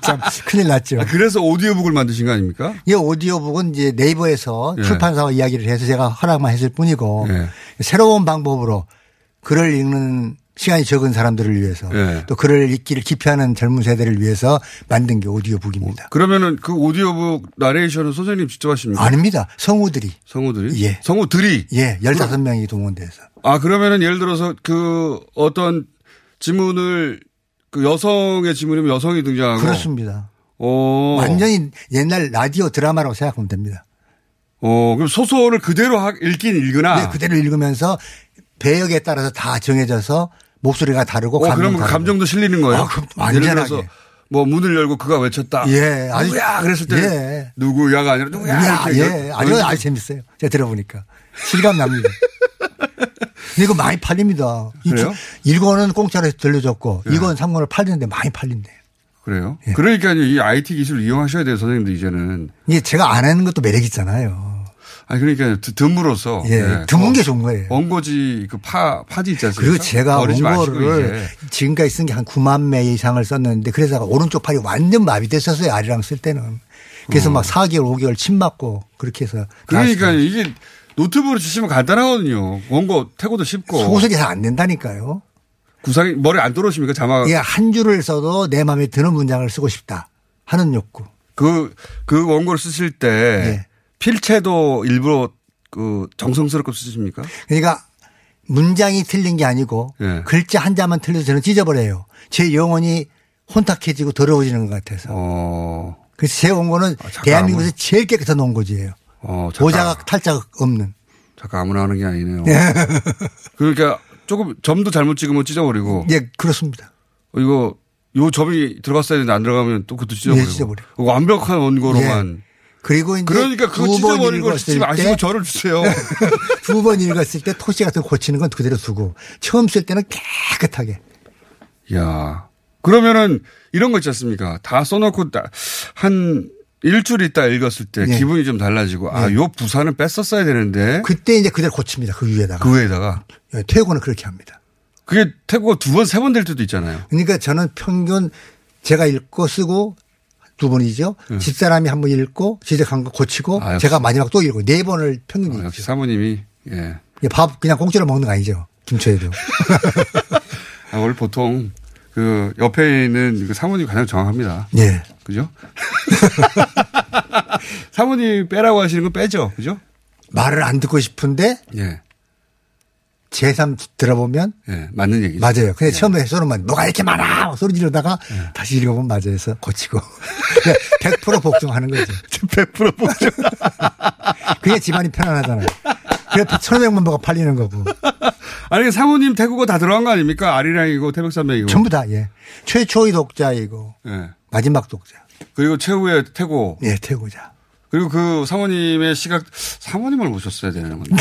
참 큰일 났죠. 아, 그래서 오디오북을 만드신 거 아닙니까? 이 오디오북은 이제 네이버에서 예. 출판사와 이야기를 해서 제가 허락만 했을 뿐이고 예. 새로운 방법으로 글을 읽는 시간이 적은 사람들을 위해서 예. 또 글을 읽기를 기피하는 젊은 세대를 위해서 만든 게 오디오북입니다. 그러면은 그 오디오북 나레이션은 선생님 직접 하십니까? 아닙니다. 성우들이 성우들이? 예. 성우들이? 예, 15명이 동원돼서 아, 그러면은 예를 들어서 그 어떤 지문을 그 여성의 지문이면 여성이 등장하고. 그렇습니다. 어. 완전히 옛날 라디오 드라마라고 생각하면 됩니다. 어, 그럼 소설을 그대로 하- 읽긴 읽으나. 네, 그대로 읽으면서 배역에 따라서 다 정해져서 목소리가 다르고 어, 그럼 그 다르고. 감정도 실리는 거예요? 아, 그럼 예를 완전하게. 들어서 뭐 문을 열고 그가 외쳤다. 예, 아주- 누구야 그랬을 때 예. 누구야가 아니라 누구야. 야, 이렇게 예. 연- 아주 연- 아주 재밌어요. 제가 들어보니까 실감 납니다. 근데 이거 많이 팔립니다. 이 그래요? 예. 주- 일권은 공짜로 들려줬고 이건 상권을 팔리는데 많이 팔린대. 요 그래요? 예. 그러니까 이 IT 기술을 이용하셔야 돼요, 선생님들 이제는. 이게 제가 안 하는 것도 매력 있잖아요. 아니 그러니까 드- 드물어서 어, 예, 드문 게 좋은 거예요. 원고지 그파 파지 있지 않습니까? 그리고 제가 버리지 그렇죠? 마시고 원고를 이제. 지금까지 쓴 게 한 9만 매 이상을 썼는데 그래서 오른쪽 팔이 완전 마비됐었어요. 아리랑 쓸 때는. 그래서 막 4개월, 5개월 침 맞고 그렇게 해서. 다 음. 그러니까 썼어요. 이게 노트북으로 치시면 간단하거든요. 원고 태고도 쉽고 소설이 잘 안 된다니까요. 구상이 머리 안 들어오십니까? 자막 이게 한 줄을 써도 내 마음에 드는 문장을 쓰고 싶다 하는 욕구. 그, 그 원고를 쓰실 때 예. 필체도 일부러 그 정성스럽게 쓰십니까? 그러니까 문장이 틀린 게 아니고 예. 글자 한 자만 틀려도 저는 찢어버려요. 제 영혼이 혼탁해지고 더러워지는 것 같아서. 어, 그래서 제 원고는 잠깐 대한민국에서 아무나. 제일 깨끗한 원고지예요. 어, 잠깐. 오자각 예. 탈자각 없는. 잠깐 아무나 하는 게 아니네요. 그러니까 조금 점도 잘못 찍으면 찢어버리고 예, 그렇습니다. 어, 이거 요 점이 들어갔어야 되는데 안 들어가면 또 그것도 찢어버리고 예, 찢어버리고. 그거 완벽한 원고로만. 그리고 이제 그러니까 그거 두 번 찢어버린 걸 읽었을 찢지 마시고 때 저를 주세요. [LAUGHS] 두 번 읽었을 때 토시 같은 거 고치는 건 그대로 두고 처음 쓸 때는 깨끗하게 예. 야 그러면은 이런 거 있지 않습니까? 다 써놓고 다- 한 일주일 있다 읽었을 때 예. 기분이 좀 달라지고 아, 요 부산은 뺐었어야 되는데 그때 이제 그대로 고칩니다. 그 위에다가 그 외에다가 예, 퇴고는 그렇게 합니다. 그게 태국어 두 번, 세 번 될 때도 있잖아요. 그러니까 저는 평균 제가 읽고 쓰고 두 번이죠. 집사람이 한 번 읽고 지적한 거 고치고 음. 아, 역시. 제가 마지막 또 읽고 네 번을 평균 아, 읽죠. 역시 사모님이, 예. 이게 밥 그냥 공짜로 먹는 거 아니죠. [LAUGHS] 김초에도. 아, 원래 보통 그 옆에 있는 그 사모님이 가장 정확합니다. 예. 그죠? [LAUGHS] 사모님 빼라고 하시는 건 빼죠. 그죠? 말을 안 듣고 싶은데 예. 제삼 들어보면 예. 맞는 얘기죠. 맞아요. 근데 처음에 소리만 뭐가 이렇게 많아 막 소리 지르다가 다시 [LAUGHS] 읽어보면 맞아요. 해서 고치고 그냥 100% 복종하는 거죠. 100% 보죠. [LAUGHS] 그게 집안이 편안하잖아요. 그래 1,500만 부가 팔리는 거고. 아니 사모님 태국어 다 들어간 거 아닙니까? 아리랑이고 태백산맥이고 전부 다 예. 최초의 독자이고 예. 마지막 독자. 그리고 최후의 태고 예, 태고자. 그리고 그 사모님의 시각 사모님을 모셨어야 되는 [LAUGHS] 건데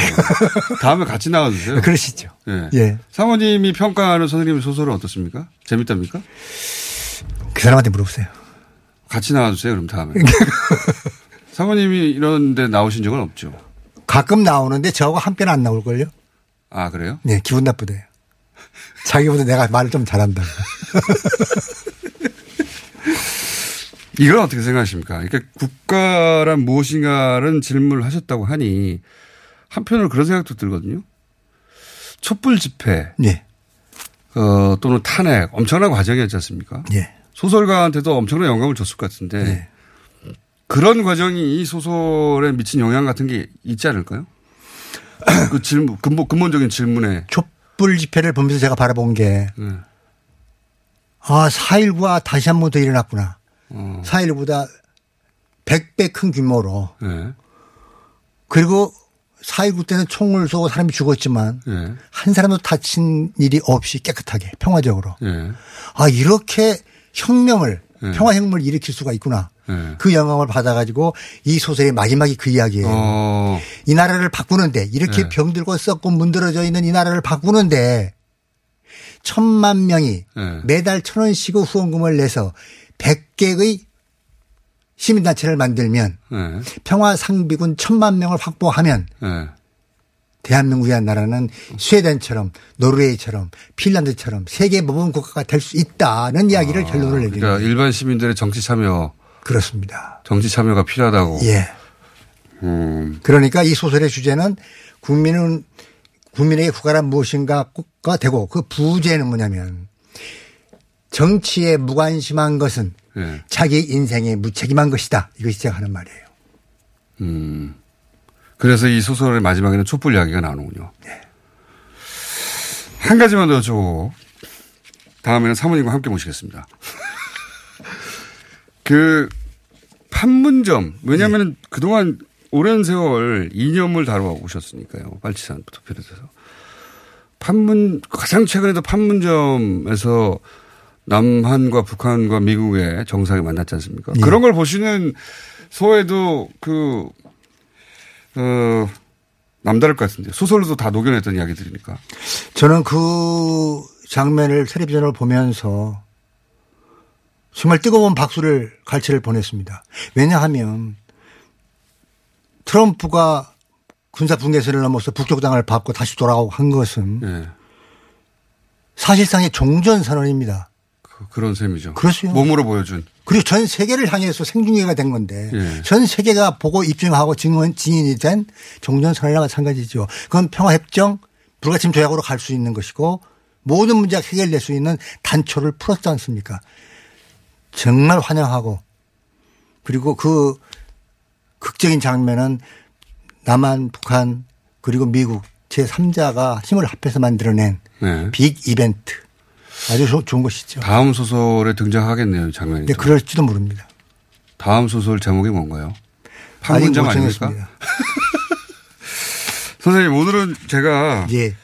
다음에 같이 네. 나와주세요. 그러시죠. 예. 예. 사모님이 평가하는 선생님의 소설은 어떻습니까? 재밌답니까? 그 사람한테 물어보세요. 같이 나와주세요. 그럼 [LAUGHS] 다음에 사모님이 이런데 나오신 적은 없죠. 가끔 나오는데 저하고 함께는 안 나올걸요? 아 그래요? 네, 기분 나쁘대요. 자기보다 내가 말을 좀 잘한다. 이건 어떻게 생각하십니까? 그러니까 국가란 무엇인가라는 질문을 하셨다고 하니 한편으로 그런 생각도 들거든요. 촛불 집회 예. 어, 또는 탄핵 엄청난 과정이었지 않습니까? 예. 소설가한테도 엄청난 영감을 줬을 것 같은데 네. 그런 과정이 이 소설에 미친 영향 같은 게 있지 않을까요? 그 질문 근본 근본적인 질문에 촛불 집회를 보면서 제가 바라본 게, 네. 아, 4.19가 다시 한 번 더 일어났구나. 4.19보다 100배 큰 규모로. 예. 그리고 4.19 때는 총을 쏘고 사람이 죽었지만, 예. 한 사람도 다친 일이 없이 깨끗하게, 평화적으로. 예. 아, 이렇게 혁명을, 네. 평화혁명을 일으킬 수가 있구나. 예. 그 영감을 받아가지고 이 소설의 마지막이 그 이야기예요. 어. 이 나라를 바꾸는데 이렇게 네. 병들고 썩고 문드러져 있는 이 나라를 바꾸는데 천만 명이 네. 매달 천 원씩 후원금을 내서 100개의 시민단체를 만들면 예. 평화상비군 천만 명을 확보하면 예. 대한민국이란 나라는 스웨덴처럼 노르웨이처럼 핀란드처럼 세계 모범 국가가 될 수 있다는 이야기를 결론을 내리는 그러니까 거예요. 일반 시민들의 정치 참여, 그렇습니다. 정치 참여가 필요하다고. 예. 음, 그러니까 이 소설의 주제는 국민은 국민에게 국가란 무엇인가가 되고 그 부제는 뭐냐면 정치에 무관심한 것은 예. 자기 인생에 무책임한 것이다. 이것이 제가 하는 말이에요. 음. 그래서 이 소설의 마지막에는 촛불 이야기가 나오는군요. 한 가지만 더 여쭤보고, 다음에는 사모님과 함께 모시겠습니다. [LAUGHS] 그, 판문점. 왜냐하면 은 그동안 오랜 세월 이념을 다뤄오셨으니까요. 빨치산부터 비롯해서. 판문, 가장 최근에도 판문점에서 남한과 북한과 미국의 정상이 만났지 않습니까? 그런 걸 보시는 소외도 그, 어, 남다를 것 같은데. 소설로도 다 녹여냈던 이야기들이니까. 저는 그 장면을 텔레비전을 보면서 정말 뜨거운 박수를 갈채를 보냈습니다. 왜냐하면 트럼프가 군사 붕괴선을 넘어서 북쪽당을 밟고 다시 돌아오고 한 것은 예. 사실상의 종전 선언입니다. 그, 그런 셈이죠. 그렇죠. 몸으로 보여준. 그리고 전 세계를 향해서 생중계가 된 건데 예. 전 세계가 보고 입증하고 증언 증인이 된 종전 선언과 마찬가지죠. 그건 평화 협정 불가침 조약으로 갈 수 있는 것이고 모든 문제가 해결될 수 있는 단초를 풀었지 않습니까? 정말 환영하고 그리고 그 극적인 장면은 남한, 북한 그리고 미국 제3자가 힘을 합해서 만들어낸 네. 빅 이벤트 아주 좋- 좋은 것이죠. 다음 소설에 등장하겠네요, 이 장면이. 근데 그럴지도 모릅니다. 다음 소설 제목이 뭔가요? 아직 판문점 못 아닙니까? 뭐 정했습니다. 선생님, 오늘은 제가 예.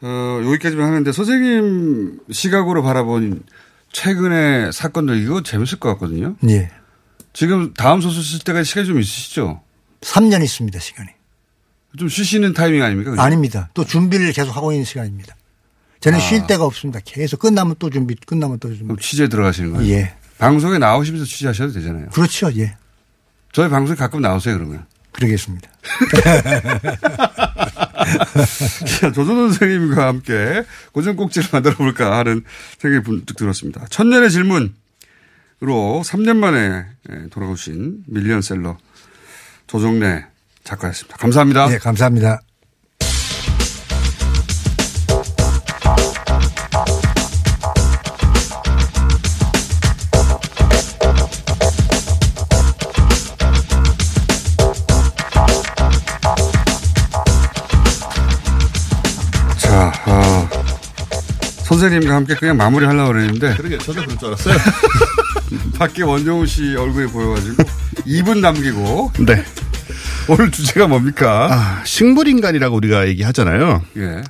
어, 여기까지만 하는데 선생님 시각으로 바라본 최근의 사건들 이거 재밌을 것 같거든요. 예. 지금 다음 소설 쓸 때까지 시간이 좀 있으시죠? 3년 있습니다, 시간이. 네. 좀 쉬시는 타이밍 아닙니까? 그죠? 아닙니다. 또 준비를 계속 하고 있는 시간입니다. 저는 아. 쉴 데가 없습니다. 계속 끝나면 또 준비, 끝나면 또 준비. 그럼 취재 들어가시는 거예요? 예. 방송에 나오시면서 취재하셔도 되잖아요. 그렇죠, 예. 저희 방송에 가끔 나오세요, 그러면. 그러겠습니다. 자, 조선원 선생님과 함께 고전꼭지를 만들어 볼까 하는 생각이 분뜩 들었습니다. 천년의 질문으로 3년 만에 예, 돌아오신 밀리언셀러 조정래 작가였습니다. 감사합니다. 예, 감사합니다. 자, 아, 선생님과 함께 그냥 마무리 하려고 그랬는데 그러게 저도 그럴 줄 [LAUGHS] 알았어요. 밖에 원정우 씨 얼굴이 보여가지고 2분 남기고 네. 오늘 주제가 뭡니까? 아, 식물인간이라고 우리가 얘기하잖아요.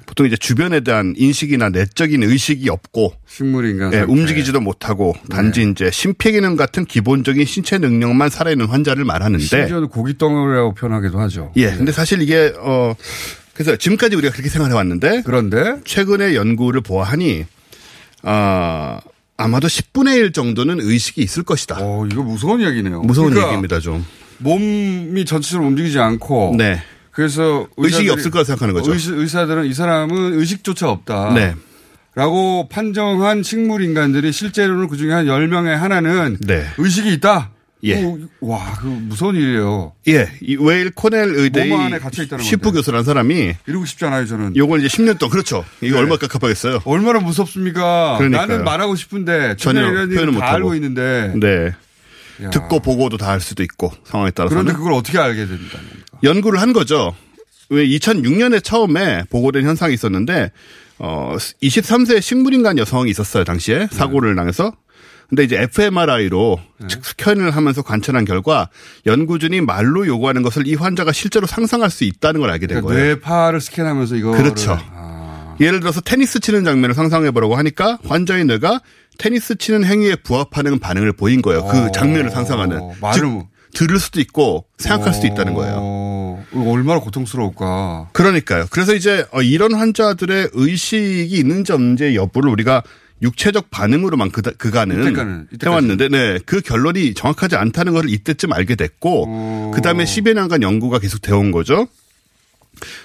보통 이제 주변에 대한 인식이나 내적인 의식이 없고 식물인간 예, 상태. 움직이지도 못하고 단지 네. 이제 심폐기능 같은 기본적인 신체 능력만 살아있는 환자를 말하는데 심지어는 네. 고기 덩어리라고 표현하기도 하죠. 예. 근데 사실 이게 어 그래서 지금까지 우리가 그렇게 생활해 왔는데 그런데 최근의 연구를 보아하니 아 아마도 10분의 1 정도는 의식이 있을 것이다. 어, 이거 무서운 이야기네요. 무서운 그러니까 얘기입니다, 좀. 몸이 전체적으로 움직이지 않고. 네. 그래서 의식이 의사들이- 없을 거라 생각하는 거죠. 의사, 의사들은 이 사람은 의식조차 없다. 네. 라고 판정한 식물 인간들이 실제로는 그중에 한 10명에 하나는 네. 의식이 있다. 예. 오, 와, 그 무서운 일이에요. 예, 이 웨일 코넬 의대의 몸 안에 갇혀 있다는 슈프 교수라는 사람이 이러고 싶지 않아요, 저는. 요걸 이제 10년 동안 그렇죠. 이거 네. 얼마 깝깝하겠어요. 얼마나 무섭습니까? 그러니까요. 나는 말하고 싶은데 전혀 표현을 못 다 하고. 알고 있는데 네. 야. 듣고 보고도 다 할 수도 있고 상황에 따라서 그런데 그걸 어떻게 알게 됩니까? 연구를 한 거죠. 왜 2006년에 처음에 보고된 현상이 있었는데 어 23세 식물인간 여성이 있었어요 당시에 사고를 당해서. 근데 이제 fMRI로 측현을 하면서 관찰한 결과 아, 연구진이 말로 요구하는 것을 이 환자가 실제로 상상할 수 있다는 걸 알게 된 그러니까 거예요. 뇌파를 아. 스캔하면서 이거 그렇죠. 예를 들어서 테니스 치는 장면을 상상해 보라고 하니까 환자의 뇌가 테니스 치는 행위에 부합하는 반응을 보인 거예요. 그 장면을 상상하는. 어, 말을 즉, 들을 수도 있고 생각할 수도 있다는 거예요. 어, 이거 얼마나 고통스러울까. 그러니까요. 그래서 이제 어, 이런 환자들의 의식이 있는지 없는지 여부를 우리가 육체적 반응으로만 그, 그간은 이때까지는, 해왔는데, 네, 그 결론이 정확하지 않다는 걸 이때쯤 알게 어. 됐고, 그 다음에 10여 년간 연구가 계속 되어온 거죠.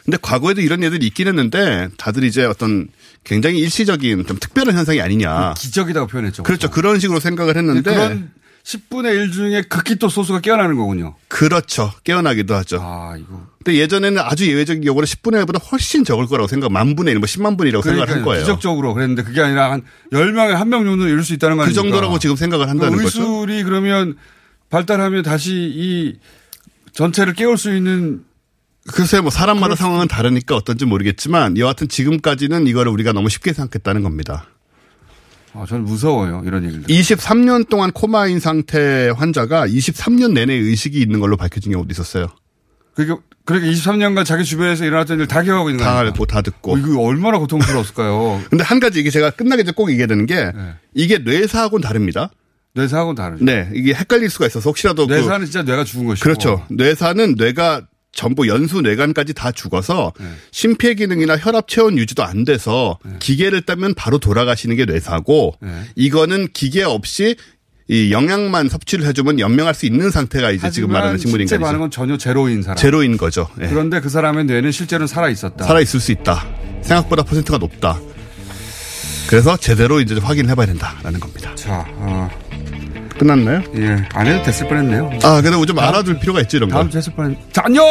근데 과거에도 이런 애들이 있긴 했는데, 다들 이제 어떤 굉장히 일시적인 좀 특별한 현상이 아니냐. 기적이라고 표현했죠. 예, 그렇죠. 그런 식으로 생각을 했는데. 그런 10분의 1 중에 극히 또 소수가 깨어나는 거군요. 아, 그렇죠. 깨어나기도 하죠. 근데 예전에는 아주 예외적인 경우로 10분의 1보다 훨씬 적을 거라고 생각, 만분의 1, 뭐 10만분의 1이라고 생각을 한 그러니까요. 거예요. 기적적으로 그랬는데 그게 아니라 한 10명에 한 명 정도는 이럴 수 있다는 거 그 아닙니까? 정도라고 지금 생각을 한다는 그 거죠. 의술이 그러면 발달하면 다시 이 전체를 깨울 수 있는 글쎄 뭐 사람마다 상황은 다르니까 어떤지 모르겠지만 여하튼 지금까지는 이거를 우리가 너무 쉽게 생각했다는 겁니다. 아, 저는 무서워요. 이런 얘기를. 23년 동안 코마인 상태 환자가 23년 내내 의식이 있는 걸로 밝혀진 경우도 있었어요. 그러니까, 그러니까 23년간 자기 주변에서 일어났던 일을 다 기억하고 있는 거예요. 어, 다 알고 다 듣고. 이거 얼마나 고통스러웠을까요? [LAUGHS] 네. 근데 한 가지 이게 제가 끝나기 전에 꼭 얘기해야 되는 게 이게 뇌사하고는 다릅니다. 뇌사하고는 다르죠. 네, 이게 헷갈릴 수가 있어서 혹시라도 그- 뇌사는 진짜 뇌가 죽은 것이고. 그렇죠. 뇌사는 뇌가 전부 연수 뇌관까지 다 죽어서 심폐 기능이나 혈압 체온 유지도 안 돼서 기계를 따면 바로 돌아가시는 게 뇌사고 이거는 기계 없이 이 영양만 섭취를 해주면 연명할 수 있는 상태가 이제 지금 말하는 실제 식물인간이죠. 반응은 전혀 제로인 사람. 제로인 거죠. 예. 그런데 그 사람의 뇌는 실제로는 살아 있었다. 살아 있을 수 있다. 생각보다 퍼센트가 높다. 그래서 제대로 이제 확인해봐야 된다라는 겁니다. 자, 어, 끝났나요? 예, 안 해도 됐을 뻔했네요. 아, 근데 좀 알아둘 필요가 있지 이런 거. 다음 주 했을 뻔. 자, 안녕.